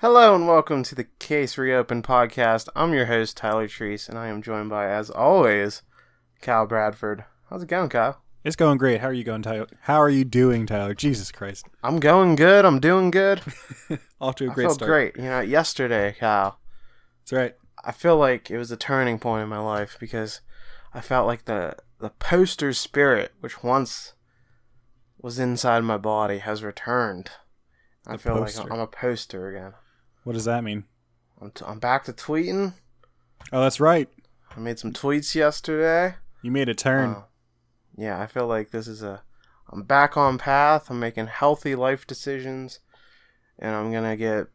Hello and welcome to the Case Reopened podcast. I'm your host Tyler Treese, and I am joined by, as always, Kyle Bradford. How's it going, Kyle? It's going great. How are you going, Tyler? How are you doing, Tyler? Jesus Christ. I'm going good. I'm doing good. Off to a I great feel start. great. You know, yesterday, Kyle, That's right. I feel like it was a turning point in my life because I felt like the the poster spirit, which once was inside my body, has returned. I The feel like poster. I'm a poster again. What does that mean? I'm, t- I'm back to tweeting. Oh, that's right. I made some tweets yesterday. You made a turn. Uh, yeah, I feel like this is a. I'm back on path. I'm making healthy life decisions, and I'm gonna get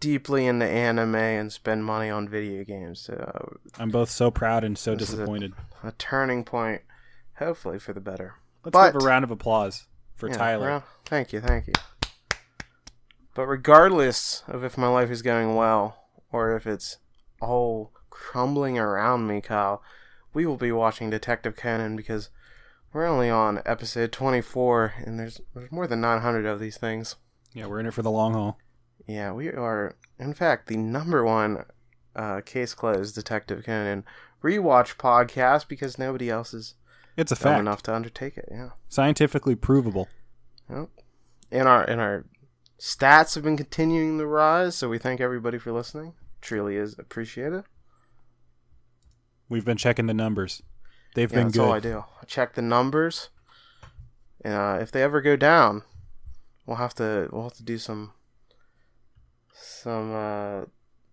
deeply into anime and spend money on video games. So I'm both so proud and so This is it. disappointed. a turning point, hopefully for the better. Let's But- give a round of applause for Yeah, Tyler. well, thank you, thank you. But regardless of if my life is going well or if it's all crumbling around me, Kyle, we will be watching Detective Conan because we're only on episode 24 and there's, there's more than 900 of these things. Yeah, we're in it for the long haul. Yeah, we are, in fact, the number one uh, case closed Detective Conan rewatch podcast because nobody else is It's a dumb fact. enough to undertake it. Yeah. Scientifically provable. Yep. And our and our stats have been continuing to rise, so we thank everybody for listening. Truly is appreciated. We've been checking the numbers. They've Yeah, been that's good. all I do. I check the numbers. And uh, if they ever go down, we'll have to we'll have to do some some uh,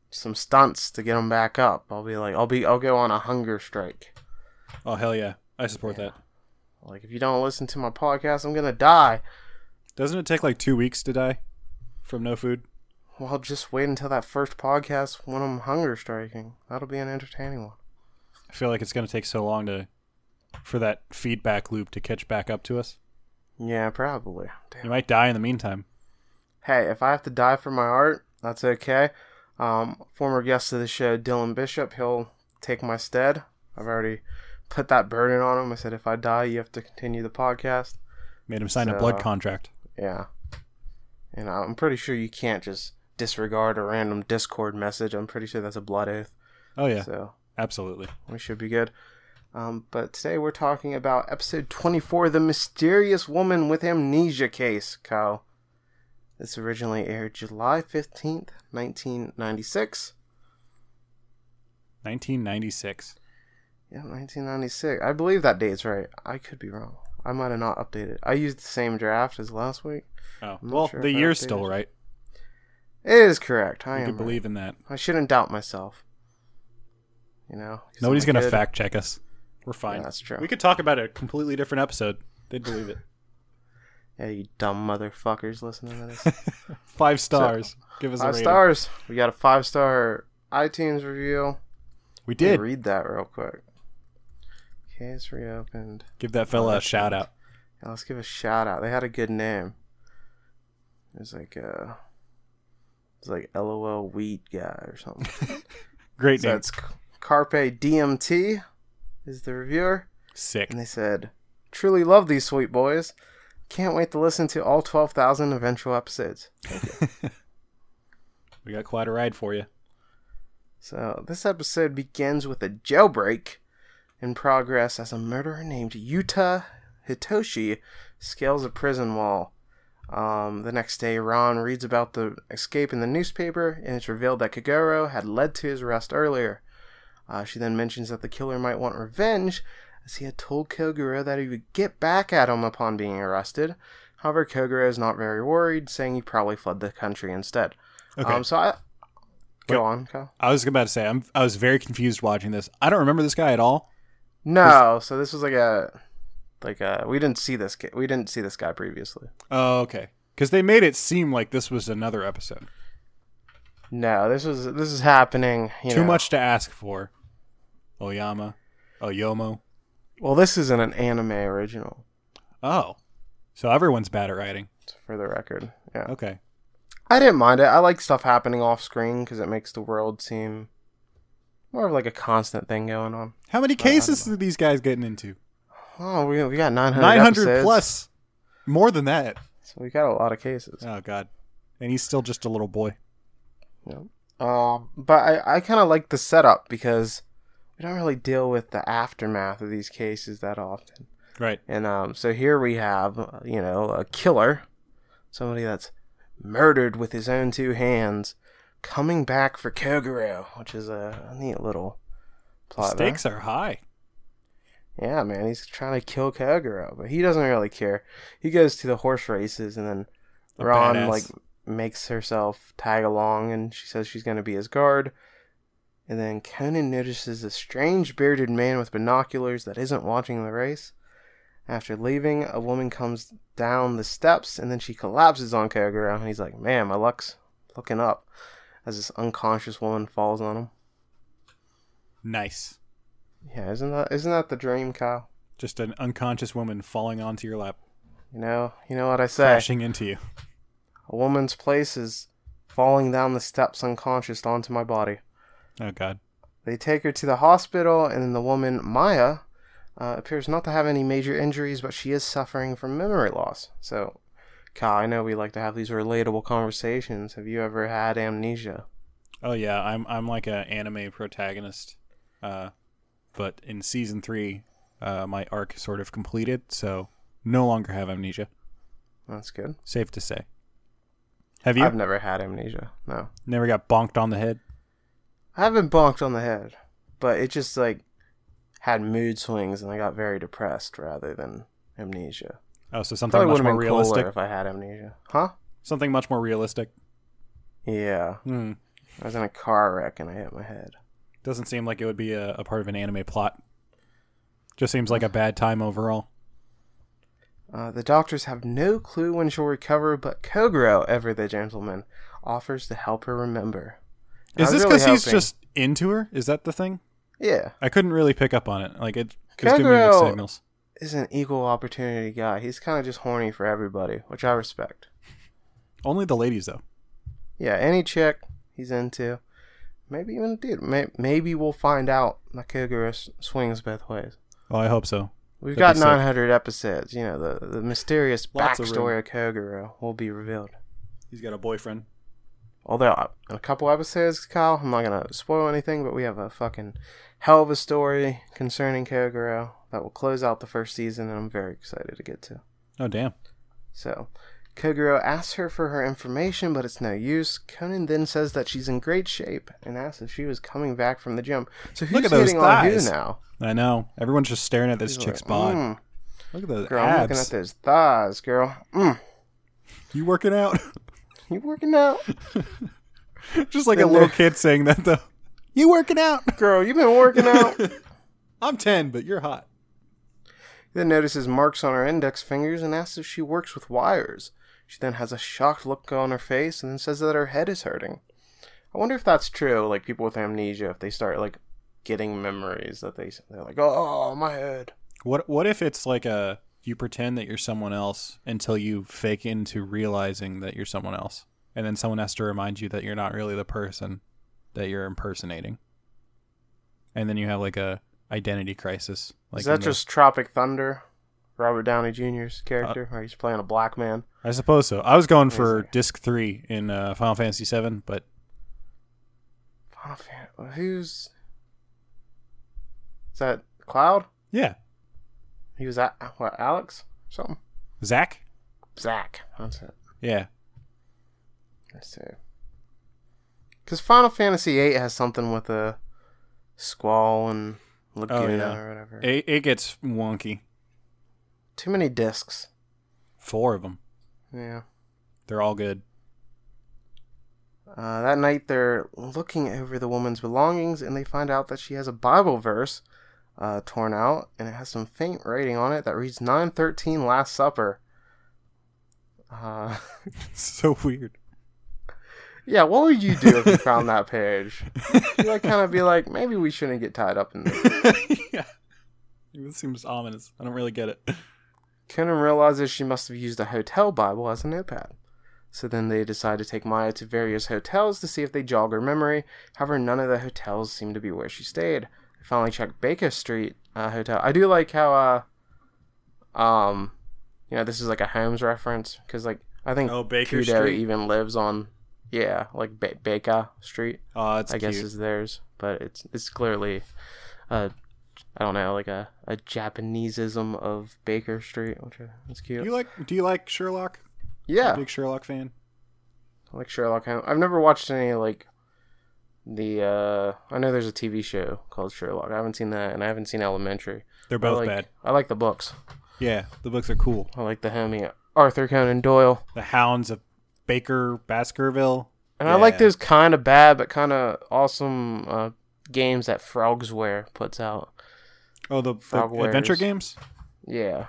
some stunts to get them back up. I'll be like I'll be I'll go on a hunger strike. Oh hell yeah. I support Yeah. that. Like if you don't listen to my podcast, I'm gonna die. Doesn't it take like two weeks to die from no food? Well, I'll just wait until that first podcast when I'm hunger striking. That'll be an entertaining one. I feel like it's gonna take so long to for that feedback loop to catch back up to us. Yeah, probably. You Damn. might die in the meantime. Hey, if I have to die for my art, that's okay. Um, former guest of the show, Dylan Bishop, he'll take my stead. I've already put that burden on him. I said, if I die, you have to continue the podcast. Made him sign a So- blood contract. Yeah. And I'm pretty sure you can't just disregard a random Discord message. I'm pretty sure that's a blood oath. Oh yeah. So Absolutely. we should be good. Um, but today we're talking about episode 24, The Mysterious Woman with Amnesia Case, Kyle. This originally aired July 15th, 1996. 1996. Yeah, 1996. I believe that date's right. I could be wrong. I might have not updated. I used the same draft as last week. Oh, I'm not well, sure the if I year's updated still it. right. It is correct. I You am. can right. believe in that. I shouldn't doubt myself. You know? 'cause I'm Nobody's a going to good- fact check us. We're fine. Yeah, that's true. We could talk about a completely different episode. They'd believe it. Yeah, you dumb motherfuckers listening to this. Five stars. Give us a five rating. stars. We got a five star iTunes review. We Let me did. read that real quick. Case reopened. Give that fella a shout out. Yeah, let's give a shout out. They had a good name. It was like uh it was like LOL Weed Guy or something. Great so name. it's Carpe DMT is the reviewer, Sick. and they said, "Truly love these sweet boys. Can't wait to listen to all twelve thousand eventual episodes." We got quite a ride for you. So, this episode begins with a jailbreak in progress as a murderer named Yuta Hitoshi scales a prison wall. Um, the next day, Ron reads about the escape in the newspaper, and it's revealed that Kagoro had led to his arrest earlier. Uh, she then mentions that the killer might want revenge, as he had told Kogoro that he would get back at him upon being arrested. However, Kogoro is not very worried, saying he probably fled the country instead. Okay. Um, so I. Go on, Kyle. I was about to say, I'm, I was very confused watching this. I don't remember this guy at all. No, so this was like a like a we didn't see this ki- we didn't see this guy previously. Oh, okay. Because they made it seem like this was another episode. No, this was this is happening. You Too know. much to ask for. Oyama. Oyomo. Well, this isn't an anime original, Oh. So everyone's bad at writing. for the record. Yeah, Okay. I didn't mind it. I like stuff happening off screen because it makes the world seem more of like a constant thing going on. How many cases are these guys getting into? Oh, we we got nine hundred. 900 plus. More than that. So we got a lot of cases. Oh, God. And he's still just a little boy. Um, but I, I kind of like the setup because we don't really deal with the aftermath of these cases that often. Right. And um, so here we have, uh, you know, a killer, somebody that's murdered with his own two hands, coming back for Kogoro, which is a, a neat little The plot. there. stakes are high. Yeah, man, he's trying to kill Kagura, but he doesn't really care. He goes to the horse races, and then A Ron badass. like makes herself tag along, and she says she's going to be his guard. And then Conan notices a strange bearded man with binoculars that isn't watching the race. After leaving, a woman comes down the steps, and then she collapses on Kagura, and he's like, "Man, my luck's looking up," as this unconscious woman falls on him. Nice. Yeah, isn't that isn't that the dream, Kyle? Just an unconscious woman falling onto your lap, You know, you know what I say. crashing into you. A woman's place is falling down the steps unconscious onto my body. Oh God. They take her to the hospital, and then the woman, Maya, uh, appears not to have any major injuries, but she is suffering from memory loss. So, Kyle, I know we like to have these relatable conversations. Have you ever had amnesia? Oh yeah, I'm I'm like a anime protagonist. Uh, but in season three, uh, my arc sort of completed, so no longer have amnesia. That's good. Safe to say. Have you I've never had amnesia. No. never got bonked on the head? I haven't bonked on the head, but it just, like, had mood swings, and I got very depressed rather than amnesia. Oh, so Probably something would much have more been realistic. cooler if I had amnesia. Huh? Something much more realistic. Yeah. Hmm. I was in a car wreck and I hit my head. Doesn't seem like it would be a, a part of an anime plot. Just seems like a bad time overall. Uh, the doctors have no clue when she'll recover, but Kogoro, ever the gentleman, offers to help her remember. And Is I was this really because he's hoping- just into her? Is that the thing? yeah? I couldn't really pick up on it. Like it was giving me mixed Kagero- signals. Is an equal opportunity guy. He's kind of just horny for everybody, which I respect. Only the ladies though. Yeah, any chick he's into, maybe even a dude. May- Maybe we'll find out that Kogoro s- swings both ways. Oh, I hope so. We've That'd be got sick. 900 episodes. You know the the mysterious Lots of backstory of Kogoro will be revealed. He's got a boyfriend. Although uh, in a couple episodes, Kyle, I'm not gonna spoil anything, but we have a fucking hell of a story concerning Kogoro that will close out the first season, and I'm very excited to get to. Oh damn. So, Kogoro asks her for her information, but it's no use. Conan then says that she's in great shape and asks if she was coming back from the gym. So who's Look at those hitting on who thighs. now? I know. Everyone's just staring at this He's chick's like, bod. "Mm, Look at those girl, I'm looking at abs. those thighs, girl. Mm, You working out? you working out, just like Then a little they're- kid saying that though. You working out? girl? You been working out? I'm ten, but you're hot. then notices marks on her index fingers and asks if she works with wires. She then has a shocked look on her face and then says that her head is hurting. I wonder if that's true, like people with amnesia, if they start like getting memories that they they're like, oh my head. What What if it's like a you pretend that you're someone else until you fake into realizing that you're someone else, and then someone has to remind you that you're not really the person that you're impersonating, and then you have like a identity crisis. Like is that in the- Uh, just Tropic Thunder, Robert Downey Jr.'s character, where he's playing a black man? I suppose so. I was going Yes, for sir. disc three in uh, Final Fantasy VII, but Final Fan- uh, Who's is that? Cloud? yeah, He was at what? Alex? Something? Zach. Zach. That's it. Yeah, Let's see. Because Final Fantasy VIII has something with a squall and Laguna yeah. or whatever. it, it gets wonky. Too many discs. Four of them. Yeah. They're all good. Uh, that night, they're looking over the woman's belongings and they find out that she has a Bible verse uh, torn out and it has some faint writing on it that reads 913 Last Supper. Uh, so weird. yeah, what would you do if you found that page? You'd like, kind of be like, maybe we shouldn't get tied up in this. yeah, this seems ominous. I don't really get it. Conan realizes she must have used a hotel Bible as a notepad. So then they decide to take Maya to various hotels to see if they jog her memory. However, none of the hotels seem to be where she stayed. I finally checked Baker Street uh, Hotel. I do like how, uh, um, you know, this is like a Holmes reference because, like, I think Oh, Baker Kudo Street. even lives on Yeah, like Be- Baker Street, Oh, it's I cute. guess is theirs, but it's it's clearly, uh, I don't know, like a a Japaneseism of Baker Street, which I- is cute. you like? Do you like Sherlock? You a yeah, big Sherlock fan. I like Sherlock Holmes. I've never watched any like the uh I know there's a TV show called Sherlock. I haven't seen that, and I haven't seen Elementary. They're I both like, bad. I like the books. Yeah, the books are cool. I like the homie Arthur Conan Doyle. The Hounds of Baker Baskerville. And I like Yeah. those kind of bad but kind of awesome uh, games that Frogsware puts out. Oh, the, the Frogwares. adventure games. Yeah,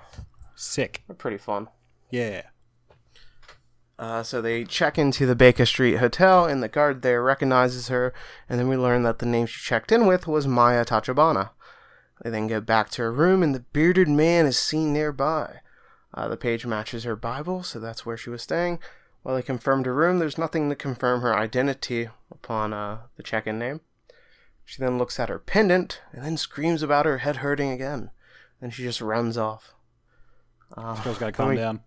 Sick. they're pretty fun. Yeah. Uh, so they check into the Baker Street Hotel, and the guard there recognizes her. And then we learn that the name she checked in with was Maya Tachibana. They then go back to her room, and the bearded man is seen nearby. Uh, the page matches her Bible, so that's where she was staying. While they confirmed her room, there's nothing to confirm her identity upon uh, the check in name. She then looks at her pendant and then screams about her head hurting again. Then she just runs off. Uh, Girls then gotta calm we- down.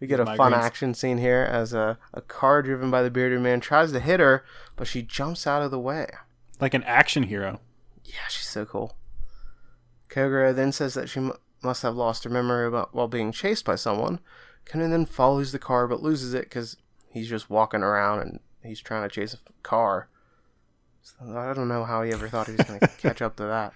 we get a Migraines. fun action scene here as a, a car driven by the bearded man tries to hit her, but she jumps out of the way. Like an action hero. Yeah, she's so cool. Kogoro then says that she m- must have lost her memory about, while being chased by someone. Conan then follows the car but loses it because he's just walking around and he's trying to chase a f- car. So I don't know how he ever thought he was going to catch up to that.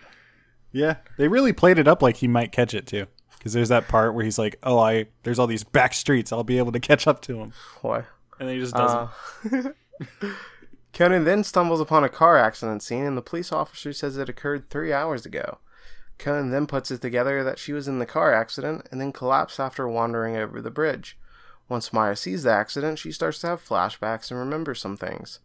Yeah. They really played it up like he might catch it too. Because there's that part where he's like, "Oh, I there's all these back streets. I'll be able to catch up to him," Boy. and then he just doesn't. Uh, Conan then stumbles upon a car accident scene, and the police officer says it occurred three hours ago. Conan then puts it together that she was in the car accident and then collapsed after wandering over the bridge. Once Maya sees the accident, she starts to have flashbacks and remembers some things.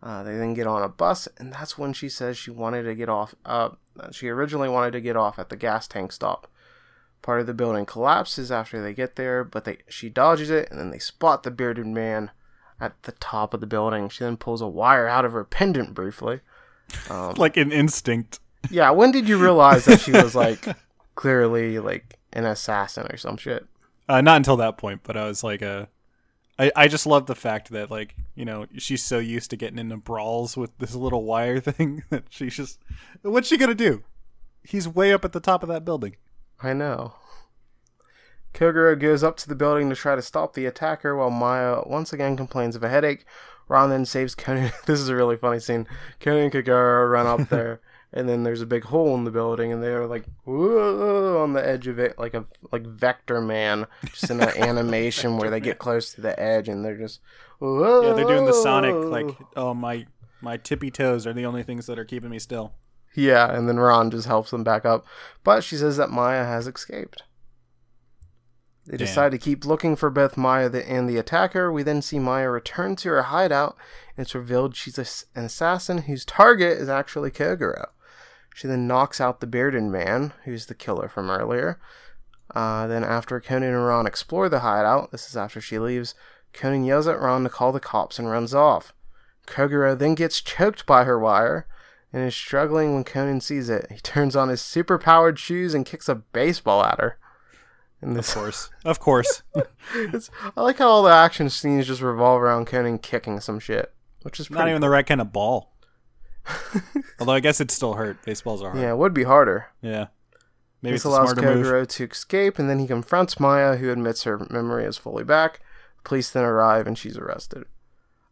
Uh, they then get on a bus, and that's when she says she wanted to get off. Uh, she originally wanted to get off at the gas tank stop. Part of the building collapses after they get there, but they she dodges it, and then they spot the bearded man at the top of the building. She then pulls a wire out of her pendant briefly. Um, like an instinct. yeah, when did you realize that she was like clearly like an assassin or some shit? Uh, not until that point, but I was like, uh, I, I just love the fact that like you know she's so used to getting into brawls with this little wire thing that she's just, what's she gonna do? He's way up at the top of that building. I know. Kogoro goes up to the building to try to stop the attacker while Maya once again complains of a headache. Ron then saves Conan. this is a really funny scene. Conan and Kogoro run up there, and then there's a big hole in the building, and they're like, whoa, on the edge of it, like a like Vector Man, just in an animation where they get close to the edge, and they're just, whoa. Yeah, they're doing the Sonic like, oh my my tippy toes are the only things that are keeping me still. Yeah, and then Ron just helps them back up. But she says that Maya has escaped. They Damn. decide to keep looking for both Maya the, and the attacker. We then see Maya return to her hideout, and it's revealed she's a s an assassin whose target is actually Kogoro. She then knocks out the bearded man, who's the killer from earlier. Uh, then, after Conan and Ron explore the hideout, this is after she leaves, Conan yells at Ron to call the cops and runs off. Kogoro then gets choked by her wire and is struggling when Conan sees it. He turns on his superpowered shoes and kicks a baseball at her. And Of this, course, of course. it's, I like how all the action scenes just revolve around Conan kicking some shit, which is not pretty. even the right kind of ball. Although I guess it still hurt. Baseballs are hard. yeah, it would be harder. Yeah. Maybe this it's a allows smarter move. Kogoro to escape, and then he confronts Maya, who admits her memory is fully back. Police then arrive, and she's arrested.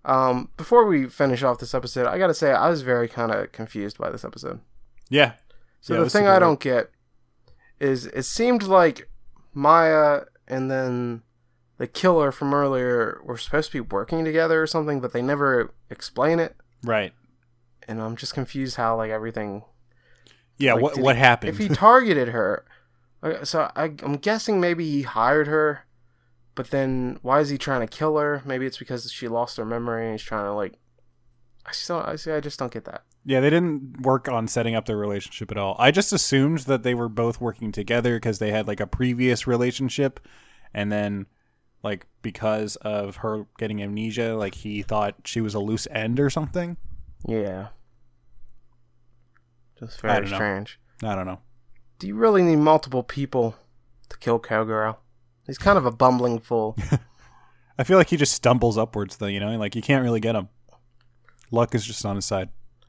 Um, before we finish off this episode, I gotta say I was very kind of confused by this episode. Yeah. So Yeah, the that's thing super I weird. don't get is it seemed like Maya and then the killer from earlier were supposed to be working together or something, but they never explain it. Right. And I'm just confused how like everything Yeah. Like, what did what he- happened? if he targeted her. okay, So I, I'm guessing maybe he hired her, but then why is he trying to kill her? Maybe it's because she lost her memory and he's trying to like. I still, I see. I just don't get that. Yeah, they didn't work on setting up their relationship at all. I just assumed that they were both working together because they had like a previous relationship, and then like because of her getting amnesia, like he thought she was a loose end or something. Yeah, just I very don't know. strange. I don't know. Do you really need multiple people to kill Cowgirl? He's kind of a bumbling fool. I feel like he just stumbles upwards, though. You know, like you can't really get him. Luck is just on his side.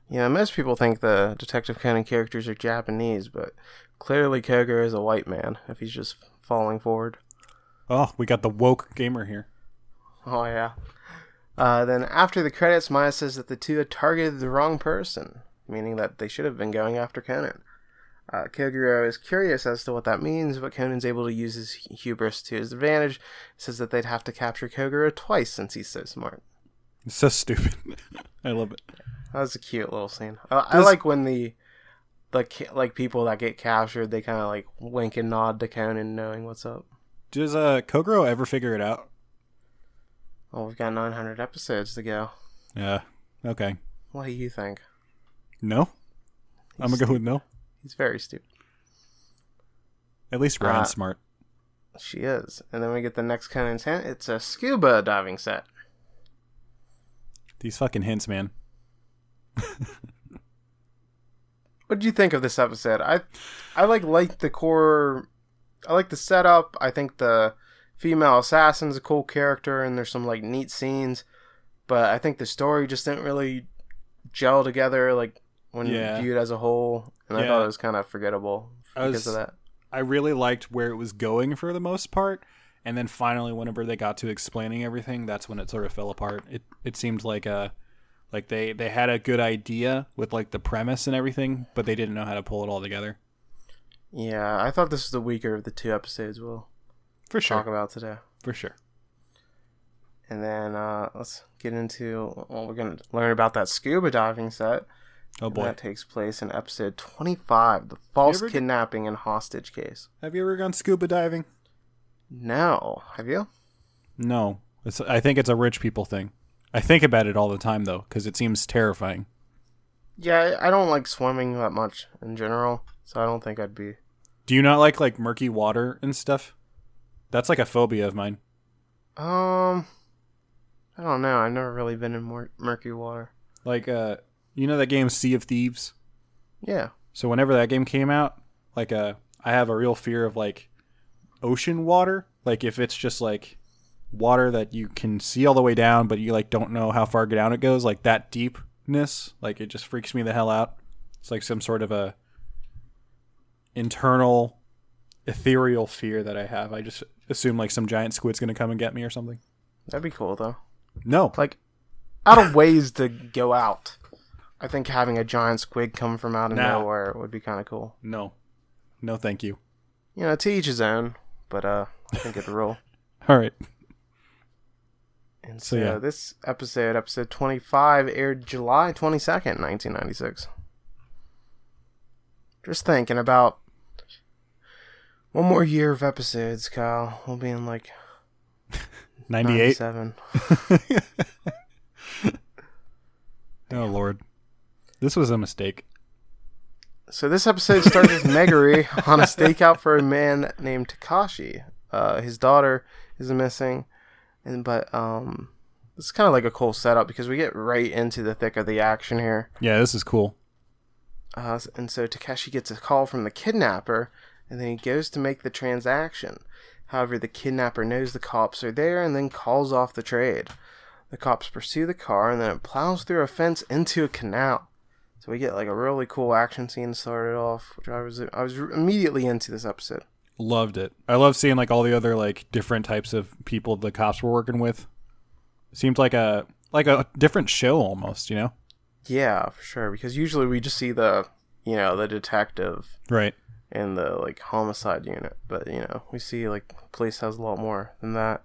Yeah, most people think the Detective Conan characters are Japanese, but clearly Koger is a white man if he's just falling forward. Oh, we got the woke gamer here. Oh, yeah. Uh, then after the credits, Maya says that the two had targeted the wrong person, meaning that they should have been going after Conan. Uh, Kogoro is curious as to what that means, but Conan's able to use his hu- hubris to his advantage. Says that they'd have to capture Kogoro twice since he's so smart. It's so stupid. I love it. That was a cute little scene. I, I Does- like when the the ca- like people that get captured, they kind of like wink and nod to Conan, knowing what's up. Does uh, Kogoro ever figure it out? Oh, we've got 900 episodes to go. Yeah. Okay. What do you think? No. I'm gonna go with no. He's very stupid. At least Uh, Ryan's smart. She is. And then we get the next Conan's hint. It's a scuba diving set. These fucking hints, man. What do you think of this episode? I, I like like the core. I like the setup. I think the female assassin's a cool character, and there's some like neat scenes. But I think the story just didn't really gel together, like when Yeah. viewed as a whole. And I Yeah. thought it was kind of forgettable I because was- of that. I really liked where it was going for the most part, and then finally, whenever they got to explaining everything, that's when it sort of fell apart. It it seemed like a like they they had a good idea with like the premise and everything, but they didn't know how to pull it all together. Yeah, I thought this was the weaker of the two episodes we'll For talk about today. for sure. And then uh, let's get into well, we're gonna learn about that scuba diving set. Oh And boy, That takes place in episode 25, the false ever get- kidnapping and hostage case. have you ever gone scuba diving? No. Have you? No, it's, I think it's a rich people thing. I think about it all the time though, because it seems terrifying. Yeah, I I don't like swimming that much in general, so I don't think I'd be. Do you not like like murky water and stuff? That's like a phobia of mine. Um, I don't know. I've never really been in mur- murky water. Like uh, you know that game Sea of Thieves. Yeah. So whenever that game came out, like uh, I have a real fear of like ocean water. Like if it's just like water that you can see all the way down, but you like don't know how far down it goes, like that deepness, like it just freaks me the hell out. It's like some sort of a internal ethereal fear that I have. I just assume like some giant squid's gonna come and get me or something. That'd be cool, though. No, Like, out of ways to go out. I think having a giant squid come from out of Nah. nowhere would be kind of cool. no, no, thank you. You know, to each his own, but uh, I think it'd roll. All right. And so, So, yeah. this episode, episode 25, aired July 22nd, 1996. Just thinking about one more year of episodes, Kyle. We'll be in like 98. 97. Oh lord. This was a mistake. So this episode starts with Megari on a stakeout for a man named Takashi. Uh, his daughter is missing, and but um, it's kind of like a cool setup because we get right into the thick of the action here. Yeah, this is cool. Uh, s- and so Takeshi gets a call from the kidnapper, and then he goes to make the transaction. However, the kidnapper knows the cops are there and then calls off the trade. The cops pursue the car, and then it plows through a fence into a canal. So we get like a really cool action scene started off, which I was I was immediately into this episode. Loved it. I love seeing like all the other like different types of people the cops were working with. Seems like a like a different show almost, you know? Yeah, for sure, because usually we just see the you know the detective Right. and the like homicide unit. But you know, we see like police has a lot more than that.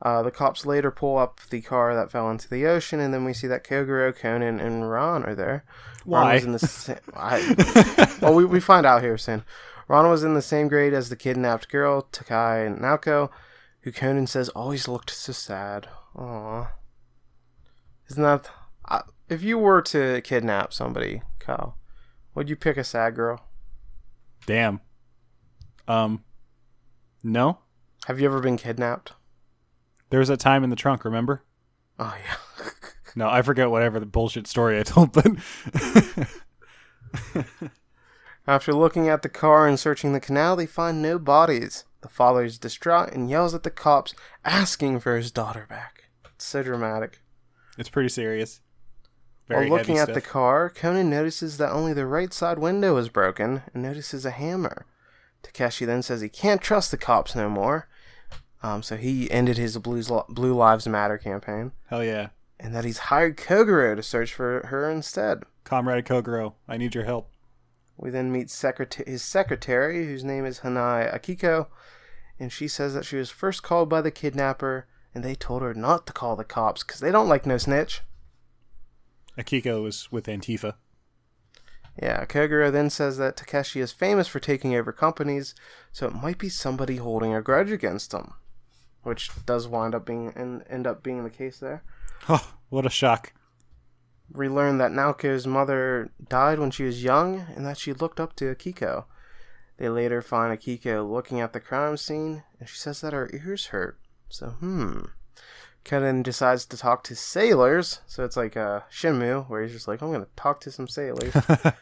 Uh, the cops later pull up the car that fell into the ocean, and then we see that Kogoro, Conan, and Ron are there. Ron Why? was in the sa- I, well, we, we find out here soon. Ron was in the same grade as the kidnapped girl, Takai and Naoko, who Conan says always looked so sad. Aww. Isn't that. I, if you were to kidnap somebody, Kyle, would you pick a sad girl? Damn. Um No? Have you ever been kidnapped? There was a time in the trunk, remember? Oh yeah. No, I forget whatever the bullshit story I told, but After looking at the car and searching the canal, they find no bodies. The father is distraught and yells at the cops, asking for his daughter back. It's so dramatic. It's pretty serious. While looking heavy at the stuff. car, Conan notices that only the right side window is broken and notices a hammer. Takeshi then says he can't trust the cops no more, um, so he ended his Blues Blue Lives Matter campaign, Hell yeah. and that he's hired Kogoro to search for her instead. Comrade Kogoro, I need your help. We then meet secreta- his secretary, whose name is Hanai Akiko, and she says that she was first called by the kidnapper, and they told her not to call the cops because they don't like no snitch. Akiko was with Antifa. Yeah, Kogoro then says that Takeshi is famous for taking over companies, so it might be somebody holding a grudge against him, which does wind up being and end up being the case there. Oh, what a shock. We learn that Naoko's mother died when she was young and that she looked up to Akiko. They later find Akiko looking at the crime scene, and she says that her ears hurt. So, hmm. Kenan decides to talk to sailors, so it's like uh, Shinmu, where he's just like, I'm going to talk to some sailors.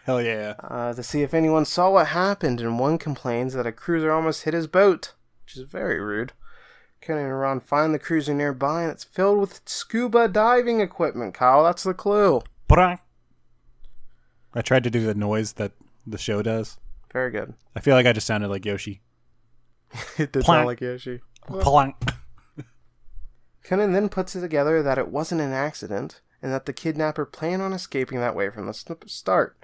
Hell yeah. uh, to see if anyone saw what happened, and one complains that a cruiser almost hit his boat, which is very rude. Conan and Ron find the cruiser nearby, and it's filled with scuba diving equipment, Kyle. That's the clue. Brrrr. I tried to do the noise that the show does. Very good. I feel like I just sounded like Yoshi. it did Plank. sound like Yoshi. Plonk. Conan then puts it together that it wasn't an accident, and that the kidnapper planned on escaping that way from the sn- start.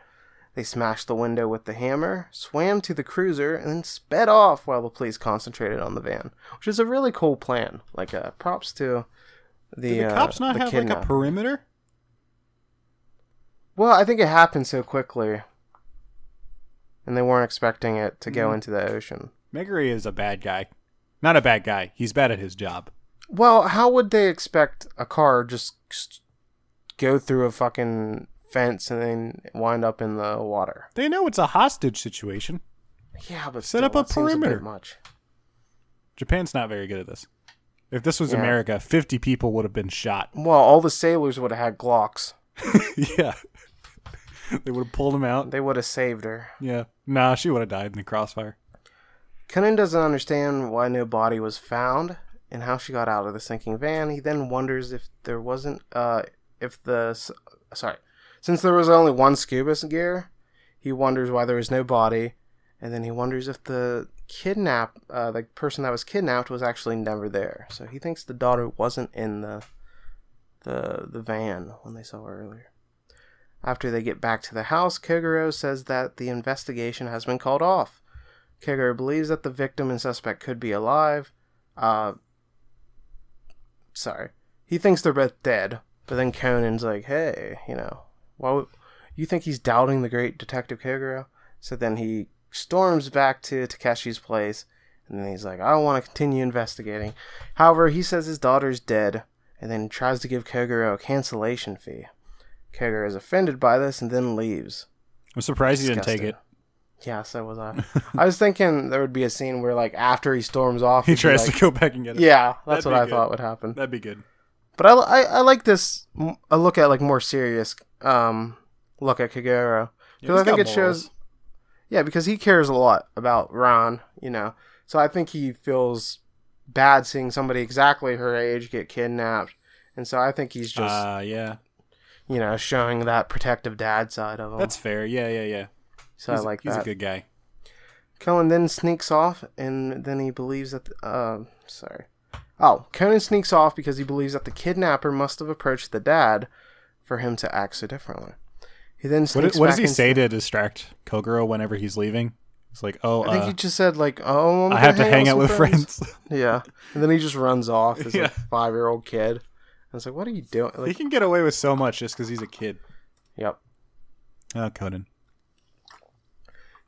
They smashed the window with the hammer, swam to the cruiser, and then sped off while the police concentrated on the van, which is a really cool plan. Like, uh, props to the, Do the uh, cops not the have like a kidnapper. perimeter? well, I think it happened so quickly, and they weren't expecting it to Mm-hmm. go into the ocean. Megary is a bad guy. Not a bad guy. He's bad at his job. Well, how would they expect a car just s- go through a fucking fence and then wind up in the water? They know it's a hostage situation. Yeah, but Set still, up a that seems bit perimeter. much. Japan's not very good at this. If this was Yeah. America, 50 people would have been shot. Well, all the sailors would have had Glocks. yeah. they would have pulled him out. They would have saved her. Yeah. Nah, she would have died in the crossfire. Conan doesn't understand why no body was found and how she got out of the sinking van. He then wonders if there wasn't, uh, if the, s- sorry, since there was only one scuba gear, he wonders why there was no body, and then he wonders if the kidnap, uh, the person that was kidnapped was actually never there. So he thinks the daughter wasn't in the, the, the van when they saw her earlier. After they get back to the house, Kogoro says that the investigation has been called off. Kegger believes that the victim and suspect could be alive. Uh, sorry. He thinks they're both dead, but then Conan's like, hey, you know, why would, you think he's doubting the great detective Kegger? So then he storms back to Takeshi's place, and then he's like, I want to continue investigating. However, he says his daughter's dead, and then tries to give Kogoro a cancellation fee. Kogoro is offended by this and then leaves. I'm surprised you didn't take Disgusting. it. Yeah, so was I. I was thinking there would be a scene where, like, after he storms off, He he'd be tries like- to go back and get it. Yeah, that's That'd what I be good. thought would happen. That'd be good. But I, I, I like this. m- A look at like more serious um look at Kagero Yeah, because I he's think got it shows. morals. Yeah, because he cares a lot about Ron, you know. So I think he feels bad seeing somebody exactly her age get kidnapped, and so I think he's just uh, yeah. you know showing that protective dad side of him. That's fair. Yeah, yeah, yeah. so he's, I like he's that. a good guy. Conan then sneaks off, and then he believes that. The, um, sorry. Oh, Conan sneaks off because he believes that the kidnapper must have approached the dad for him to act so differently. He then What, sneaks what does back he in- say to distract Kogoro whenever he's leaving? He's like, oh, I think uh, he just said like, "Oh, I'm I have to gonna hang out with some friends. Yeah, and then he just runs off as Yeah. a five-year-old kid. I was like, "What are you doing?" he Like, can get away with so much just because he's a kid. yep. Oh, Conan.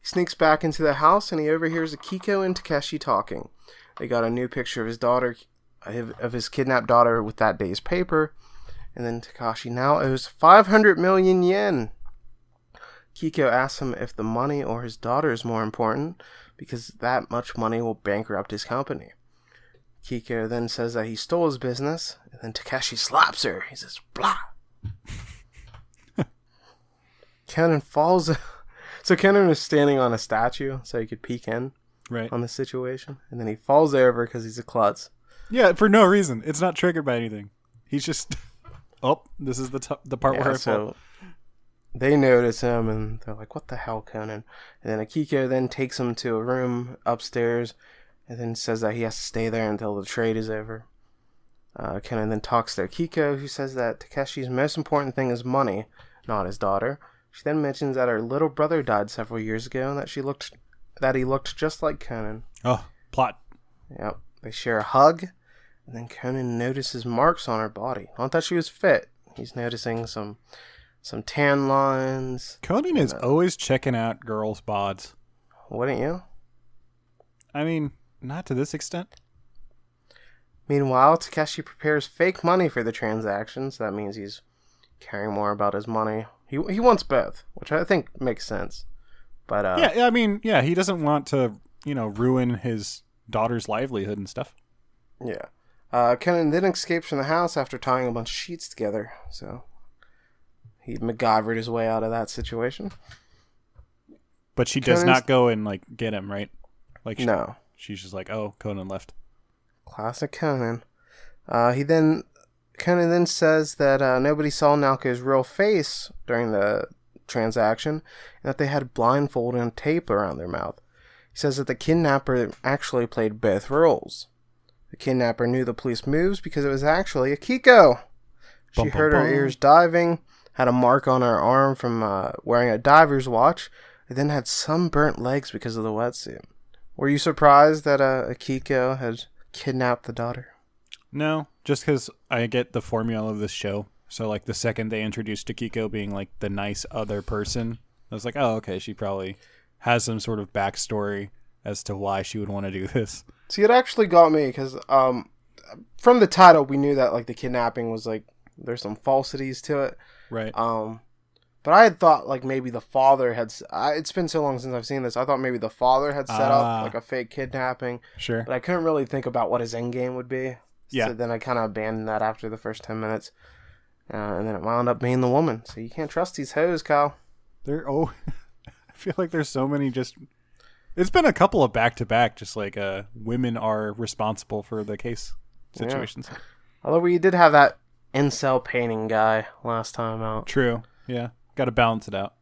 He sneaks back into the house and he overhears Akiko and Takeshi talking. They got a new picture of his daughter, of his kidnapped daughter, with that day's paper. And then Takashi now owes 500 million yen. Kiko asks him if the money or his daughter is more important because that much money will bankrupt his company. Kiko then says that he stole his business, and then Takashi slaps her. He says, blah. Conan falls. So Conan is standing on a statue so he could peek in. Right. on the situation, and then he falls over because he's a klutz. Yeah, for no reason. It's not triggered by anything. He's just oh, this is the t- the part where Yeah, I fall. so they notice him and they're like, "What the hell, Conan?" And then Akiko then takes him to a room upstairs, and then says that he has to stay there until the trade is over. Uh, Conan then talks to Akiko, who says that Takeshi's most important thing is money, not his daughter. She then mentions that her little brother died several years ago and that she looked that he looked just like Conan. Oh, plot. Yep. They share a hug, and then Conan notices marks on her body. Not that she was fit. He's noticing some some tan lines. Conan is always checking out girls' bods. Wouldn't you? I mean, not to this extent. Meanwhile, Takeshi prepares fake money for the transaction, so that means he's caring more about his money. He he wants both, which I think makes sense. But uh, yeah, I mean, yeah, he doesn't want to, you know, ruin his daughter's livelihood and stuff. Yeah. Uh, Conan then escapes from the house after tying a bunch of sheets together, so he MacGyvered his way out of that situation. But she does Conan's- not go and like get him, right? Like she, No. she's just like, "Oh, Conan left." Classic Conan. Uh, he then Conan then says that uh, nobody saw Nalko's real face during the transaction, and that they had blindfold and tape around their mouth. He says that the kidnapper actually played both roles. The kidnapper knew the police moves because it was actually Akiko. She Bum, bum, heard her bum. ears diving, had a mark on her arm from uh, wearing a diver's watch, and then had sunburnt legs because of the wetsuit. Were you surprised that uh, Akiko had kidnapped the daughter? No, just because I get the formula of this show. So, like, the second they introduced Akiko being like the nice other person, I was like, oh, okay, she probably has some sort of backstory as to why she would want to do this. See, it actually got me because um, from the title, we knew that like the kidnapping was like there's some falsities to it. Right. Um, but I had thought like maybe the father had. s I it's been so long since I've seen this. I thought maybe the father had set Ah. up like a fake kidnapping, sure. but I couldn't really think about what his end game would be. Yeah. So then I kind of abandoned that after the first ten minutes, uh, and then it wound up being the woman. So you can't trust these hoes, Kyle. There, oh, I feel like there's so many just. It's been a couple of back to back, just like uh, women are responsible for the case Yeah. situations. Although we did have that incel painting guy last time out. True. Yeah. Got to balance it out.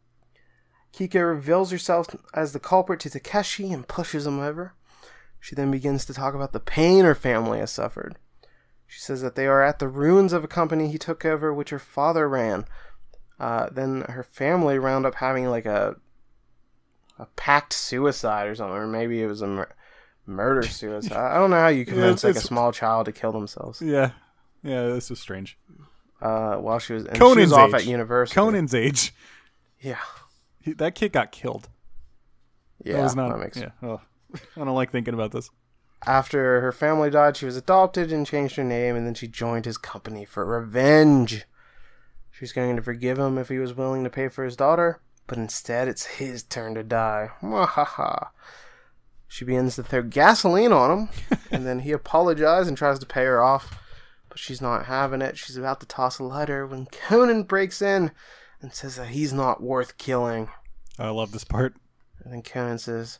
Kiko reveals herself as the culprit to Takeshi and pushes him over. She then begins to talk about the pain her family has suffered. She says that they are at the ruins of a company he took over, which her father ran. Uh, then her family wound up having like a a packed suicide or something, or maybe it was a mur- murder suicide. I don't know how you convince like it's- a small child to kill themselves. Yeah. Yeah, this is strange. Uh, while she was and she Conan's was off age. at university. Conan's age. yeah, He, that kid got killed. yeah, that was not. that makes yeah. Oh, I don't like thinking about this. After her family died, she was adopted and changed her name, and then she joined his company for revenge. She was going to forgive him if he was willing to pay for his daughter, but instead it's his turn to die. Mwahaha. She begins to throw gasoline on him, and then he apologizes and tries to pay her off, but she's not having it. She's about to toss a lighter when Conan breaks in and says that he's not worth killing. I love this part. And then Conan says,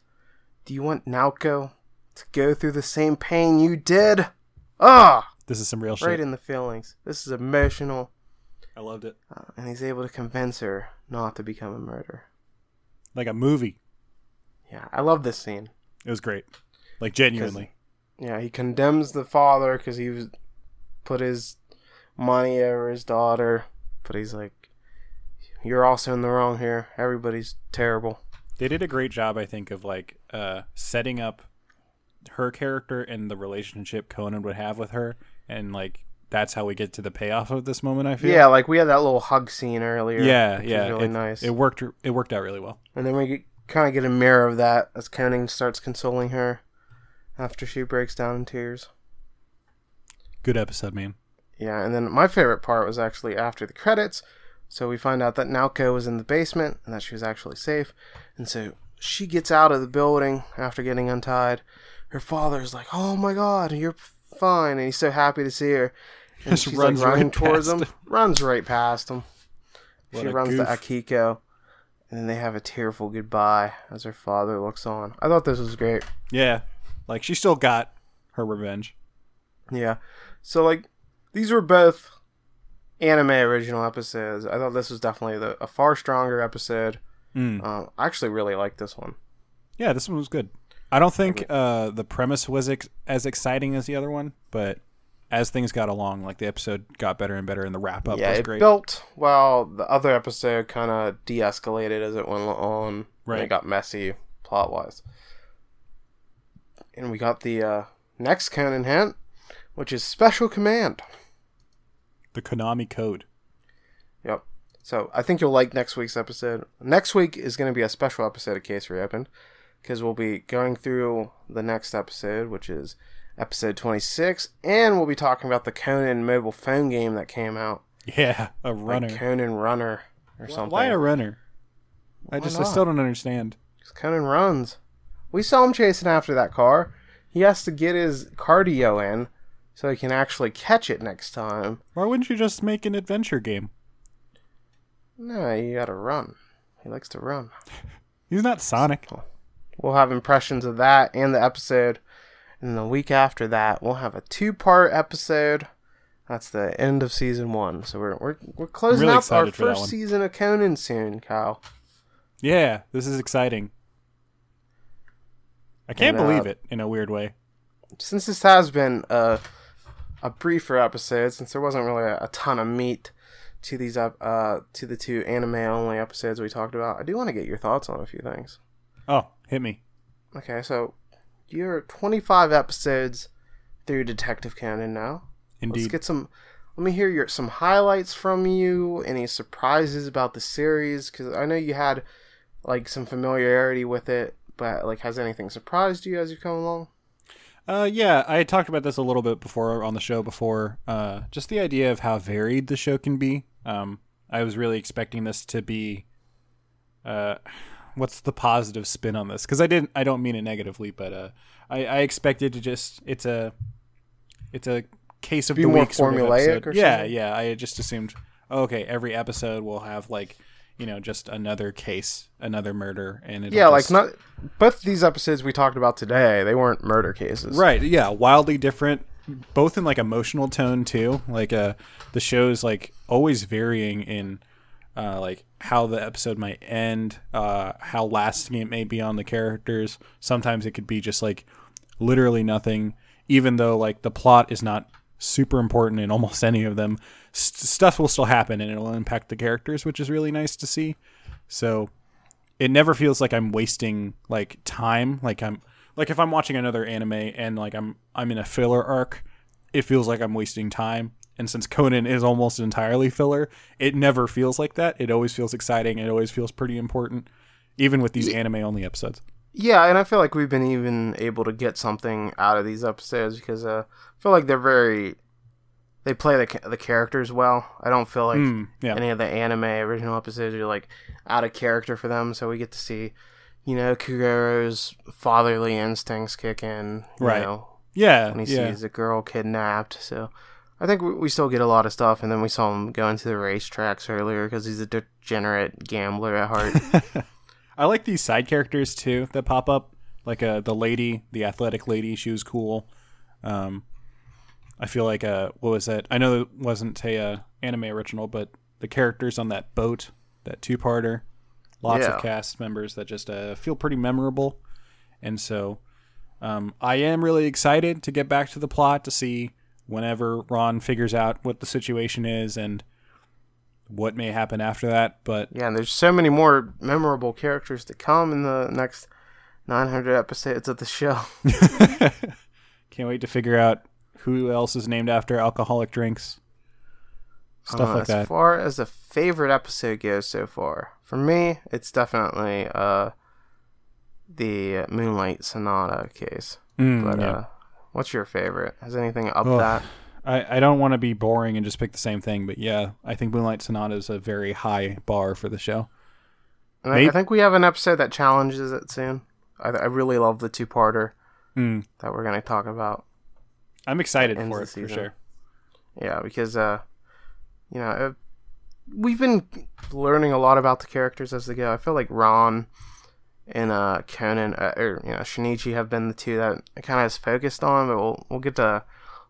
Do you want Naoko to go through the same pain you did? Ah! This is some real Right shit. in the feelings. This is emotional. I loved it. Uh, and he's able to convince her not to become a murderer. Like a movie. Yeah, I love this scene. It was great. Like genuinely. Yeah, he condemns the father because he was put his money over his daughter, but he's like, "You're also in the wrong here. Everybody's terrible." They did a great job, I think, of like uh, setting up her character and the relationship Conan would have with her, and like that's how we get to the payoff of this moment. I feel. Yeah, like we had that little hug scene earlier. Yeah. which was Yeah. really it, nice. It worked. It worked out really well. And then we kind of get a mirror of that as Conan starts consoling her after she breaks down in tears. Good episode, man. Yeah, and then my favorite part was actually after the credits. So we find out that Naoko was in the basement and that she was actually safe. And so she gets out of the building after getting untied. Her father's like, Oh my god, you're fine. And he's so happy to see her. And Just she's runs like running right towards past him, runs right past him. What she a runs goof. to Akiko. and then they have a tearful goodbye as her father looks on. I thought this was great. Yeah. Like she still got her revenge. Yeah. So like these were both anime original episodes. I thought this was definitely the, a far stronger episode. Mm. Um, I actually really like this one. Yeah, this one was good. I don't think uh, the premise was ex- as exciting as the other one, but as things got along, like the episode got better and better, and the wrap up yeah, was it great. built while the other episode kind of de-escalated as it went on. And Right. it got messy plot wise. And we got the uh, next canon hint, which is special command. the Konami code. Yep. So I think you'll like next week's episode. Next week is going to be a special episode of Case Reopened because we'll be going through the next episode, which is episode 26, and we'll be talking about the Conan mobile phone game that came out. Yeah, a like runner. Conan Runner or something. Why a runner? I Why just not? I still don't understand. 'Cause Conan runs. We saw him chasing after that car. He has to get his cardio in so he can actually catch it next time. Why wouldn't you just make an adventure game? No, you gotta run. He likes to run. He's not Sonic. We'll have impressions of that and the episode. And the week after that, we'll have a two part episode. That's the end of season one. So we're we're, we're closing really out our excited for that first one. season of Conan soon, Kyle. Yeah, this is exciting. I can't And, uh, believe it in a weird way. Since this has been a a briefer episode, since there wasn't really a, a ton of meat to these up uh to the two anime only episodes we talked about, I do want to get your thoughts on a few things. Oh, hit me. Okay, so you're 25 episodes through Detective Conan now. Let's Indeed. get some. Let me hear your some highlights from you. Any surprises about the series? Because I know you had like some familiarity with it, but like, has anything surprised you as you come along? Uh, yeah, I had talked about this a little bit before on the show before. Uh, just the idea of how varied the show can be. Um, I was really expecting this to be, uh, what's the positive spin on this? Because I didn't, I don't mean it negatively, but uh, I, I expected to just it's a, it's a case of Be the more week sort of formulaic episode. or yeah, something? yeah. I had just assumed oh, okay, every episode will have like, you know, just another case, another murder, and it'll Yeah, like just- not both these episodes we talked about today. They weren't murder cases, Right. Yeah. Wildly different, both in like emotional tone too. Like uh, the show's like always varying in uh, like how the episode might end, uh, how lasting it may be on the characters. Sometimes it could be just like literally nothing, even though like the plot is not super important in almost any of them. St- stuff will still happen and it'll impact the characters, which is really nice to see. So it never feels like I'm wasting like time. Like I'm like if I'm watching another anime and like I'm I'm in a filler arc, it feels like I'm wasting time. And since Conan is almost entirely filler, it never feels like that. It always feels exciting. It always feels pretty important, even with these anime only episodes. Yeah, and I feel like we've been even able to get something out of these episodes because uh, I feel like they're very. They play the ca- the characters well. I don't feel like Mm, yeah, any of the anime original episodes are like out of character for them, so we get to see, you know, Kuguro's fatherly instincts kick in, you Right. know, yeah, when he yeah. sees a girl kidnapped. So I think we, we still get a lot of stuff, and then we saw him going to the racetracks earlier because he's a degenerate gambler at heart. I like these side characters too that pop up, like uh, the lady, the athletic lady. She was cool. Um, I feel like uh, what was that? I know it wasn't a uh, anime original, but the characters on that boat, that two parter, lots Yeah. of cast members that just uh, feel pretty memorable, and so um, I am really excited to get back to the plot to see whenever Ron figures out what the situation is and what may happen after that. But yeah, and there's so many more memorable characters to come in the next 900 episodes of the show. Can't wait to figure out who else is named after alcoholic drinks. Stuff Uh, like as that. far as a favorite episode goes so far, for me, it's definitely uh, the Moonlight Sonata case. Mm, But yeah. uh, what's your favorite? Has anything up Ugh. that? I, I don't want to be boring and just pick the same thing, but yeah, I think Moonlight Sonata is a very high bar for the show. And I, I Maybe- think we have an episode that challenges it soon. I, I really love the two-parter Mm. that we're going to talk about. I'm excited Ends for the it for season. sure. Yeah, because uh, you know, uh, we've been learning a lot about the characters as they go. I feel like Ron and uh, Conan uh, or you know Shinichi have been the two that I kind of focused on, but we'll we'll get to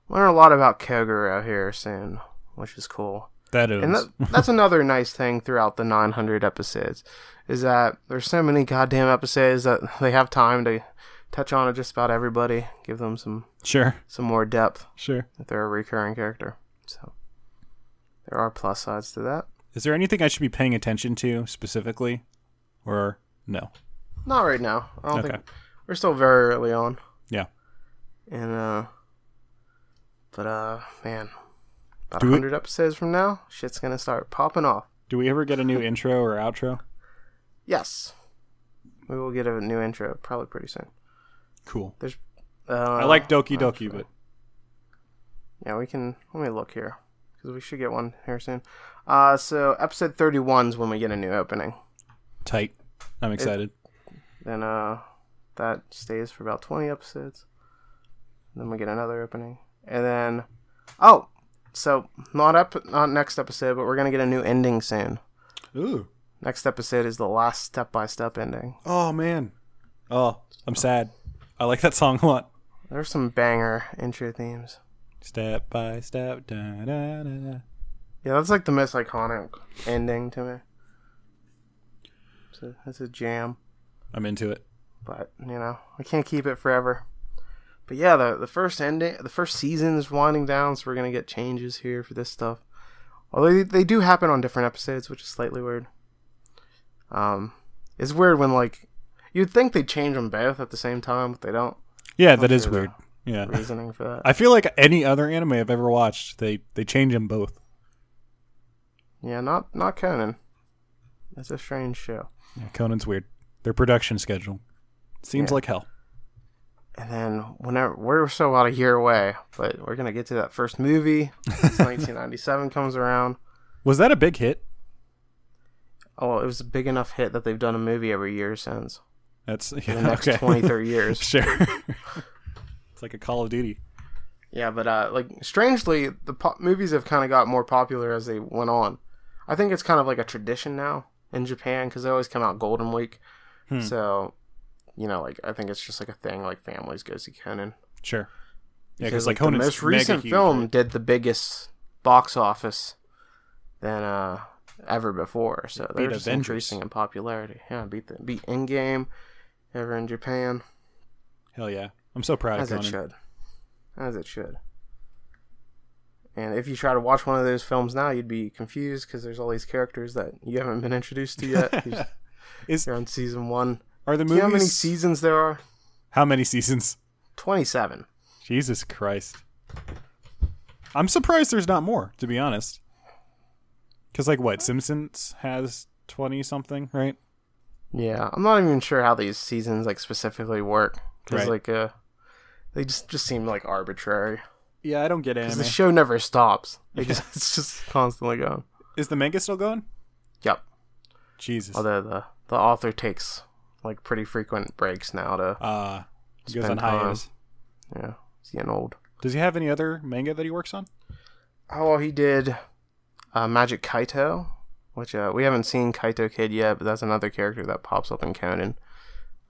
learn a lot about Kogoro here soon, which is cool. That And is. that, that's another nice thing throughout the 900 episodes is that there's so many goddamn episodes that they have time to touch on just about everybody, give them some Sure. some more depth Sure. if they're a recurring character. So there are plus sides to that. Is there anything I should be paying attention to specifically? Or no? Not right now. I don't Okay. think we're still very early on. Yeah. And uh but uh man, about Do we- 100 episodes from now, shit's going to start popping off. Do we ever get a new intro or outro? Yes. We will get a new intro probably pretty soon. Cool. Uh, I like Doki actually. Doki, but Yeah, we can. Let me look here because we should get one here soon. Uh, so episode thirty-one is when we get a new opening. tight. I'm excited. Then uh, that stays for about twenty episodes. Then we get another opening, and then oh, so not up, not next episode, but we're gonna get a new ending soon. Ooh. Next episode is the last step-by-step ending. Oh man. Oh, I'm sad. I like that song a lot. There's some banger intro themes. Step by step. Da, da, da, da. Yeah, that's like the most iconic ending to me. So that's a jam. I'm into it. but you know we can't keep it forever. But yeah, the the first ending, the first season is winding down, so we're gonna get changes here for this stuff. Although they, they do happen on different episodes, which is slightly weird. Um, it's weird when like you'd think they would change them both at the same time, but they don't. Yeah, that is sure, weird. Yeah. Reasoning for that, I feel like any other anime I've ever watched, they they change them both. yeah, not not Conan. That's a strange show. Yeah, Conan's weird. Their production schedule seems Yeah. like hell. And then whenever we're so about a year away, but we're gonna get to that first movie. It's 1997 comes around. Was that a big hit? Oh, it was a big enough hit that they've done a movie every year since. That's For yeah, the next okay. twenty, thirty 20, 30 years. sure. it's like a Call of Duty. Yeah, but uh, like strangely, the po- movies have kind of got more popular as they went on. I think it's kind of like a tradition now in Japan because they always come out Golden Week. Hmm. So, you know, like I think it's just like a thing. Like families go see Conan. Sure. Yeah, because like, like, the Conan's most mega recent huge, film right? did the biggest box office than uh ever before. So beat they're just Avengers. increasing in popularity. Yeah, beat the beat in game ever in Japan. Hell yeah! I'm so proud of As it Conan. should. As it should. And if you try to watch one of those films now, you'd be confused because there's all these characters that you haven't been introduced to yet. You're just- Is You're on season one. are the Do you movies? know how many seasons there are? how many seasons? 27. Jesus Christ! I'm surprised there's not more. To be honest, because like what Simpsons has twenty something, right? Yeah, I'm not even sure how these seasons like specifically work because Right. like uh, they just just seem like arbitrary. Yeah, I don't get 'Cause anime. the show never stops. They just it's just constantly going. Is the manga still going? Yep. Jesus. Although the the author takes like pretty frequent breaks now to uh, he goes on Spend time. hiatus. you know, he's getting old. Does he have any other manga that he works on? Oh, well, he did uh, Magic Kaito, which uh, we haven't seen Kaito Kid yet, but that's another character that pops up in Conan.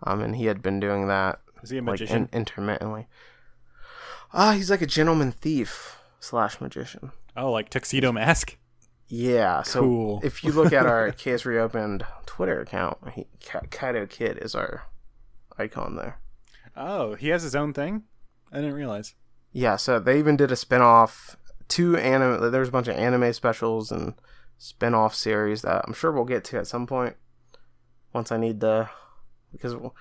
Um, and he had been doing that Is he a like magician? in- intermittently. Ah, he's like a gentleman thief slash magician. oh, like tuxedo mask. Yeah, so Cool. if you look at our Case Reopened Twitter account, he, Ka- Kaito Kid is our icon there. Oh, he has his own thing. I didn't realize. Yeah, so they even did a spin-off two anime there's a bunch of anime specials and spin-off series that I'm sure we'll get to at some point once I need the because we'll-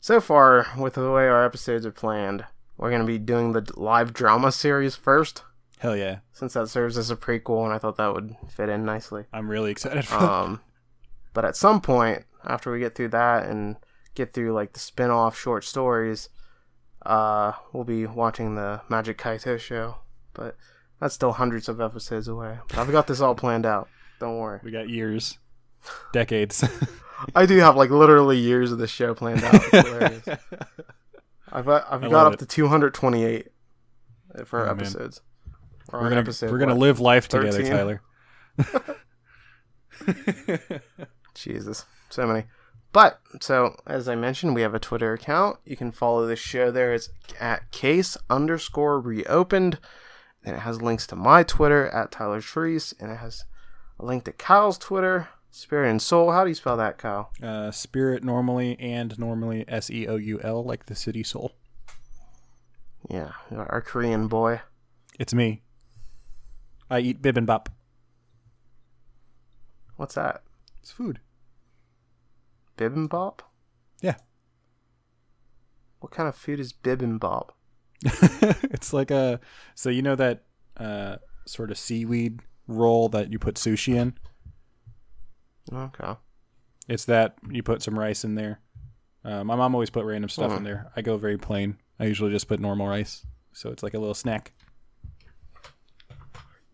so far with the way our episodes are planned, we're going to be doing the d- live drama series first Hell yeah! since that serves as a prequel and I thought that would fit in nicely. I'm really excited for that. Um but at some point after we get through that and get through like the spin-off short stories uh we'll be watching the Magic Kaito show, but that's still hundreds of episodes away. But I've got this all planned out. Don't worry. We got years, decades. I do have like literally years of this show planned out. It's hilarious. I've uh, I've I got love up to 228 for Oh, man. episodes. we're gonna episode, we're gonna what? live life together, 13? Tyler. Jesus, so many. But so as I mentioned, we have a Twitter account. You can follow this show there. It's at case underscore reopened. And it has links to my Twitter at Tyler Trees, and it has a link to Kyle's Twitter, Spirit and Soul. How do you spell that, Kyle? uh, spirit normally and normally S E O U L like the city soul. Yeah, our Korean boy. It's me. I eat bibimbap. What's that? It's food. Bibimbap? Yeah. What kind of food is bibimbap? it's like a so you know that uh, sort of seaweed roll that you put sushi in. Okay. It's that you put some rice in there. Uh, my mom always put random stuff in there. I go very plain. I usually just put normal rice, so it's like a little snack.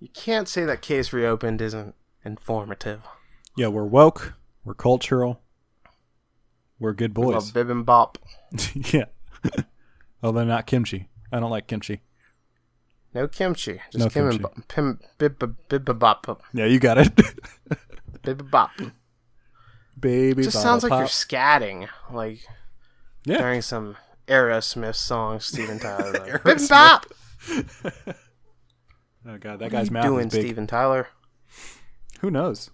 You can't say that case reopened isn't informative. Yeah, we're woke. We're cultural. We're good I boys. Love bibimbap. yeah. Although not kimchi. I don't like kimchi. No kimchi. Just No kim- pim- bib- bibimbap. Yeah, you got it. Bibimbap. Baby. Just bottle sounds like pop. you're scatting, like Yeah. during some Aerosmith song, Steven Tyler. Like, Aerosmith. bibimbap. Oh god, that What guy's are you mouth doing, is big. Steven Tyler? Who knows?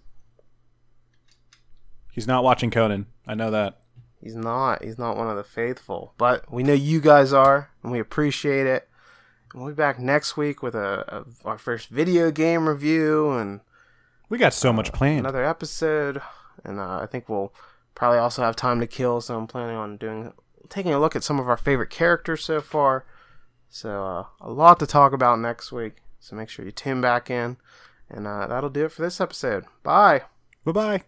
He's not watching Conan. I know that. He's not. He's not one of the faithful. But we know you guys are, and we appreciate it. We'll be back next week with a, a our first video game review and We got so much planned. another episode. And uh, I think we'll probably also have time to kill, so I'm planning on doing taking a look at some of our favorite characters so far. So uh, a lot to talk about next week. So make sure you tune back in, and uh, that'll do it for this episode. Bye. Bye bye.